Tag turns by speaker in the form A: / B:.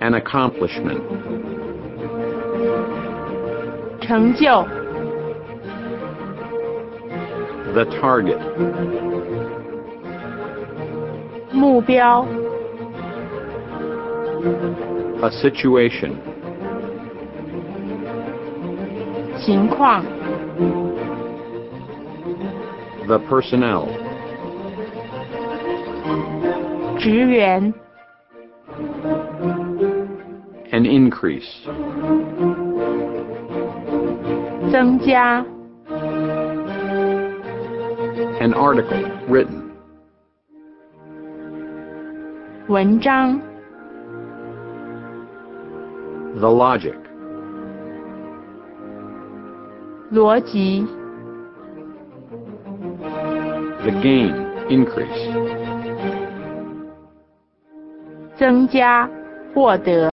A: an accomplishment.
B: 成就、
A: The target,
B: 目标、
A: a situation,
B: 情况、
A: the personnel,
B: 职员、
A: an increase,
B: 增加、
A: an article written,
B: 文章、
A: the logic,
B: 逻辑、
A: the gain, increase.
B: 增加、获得。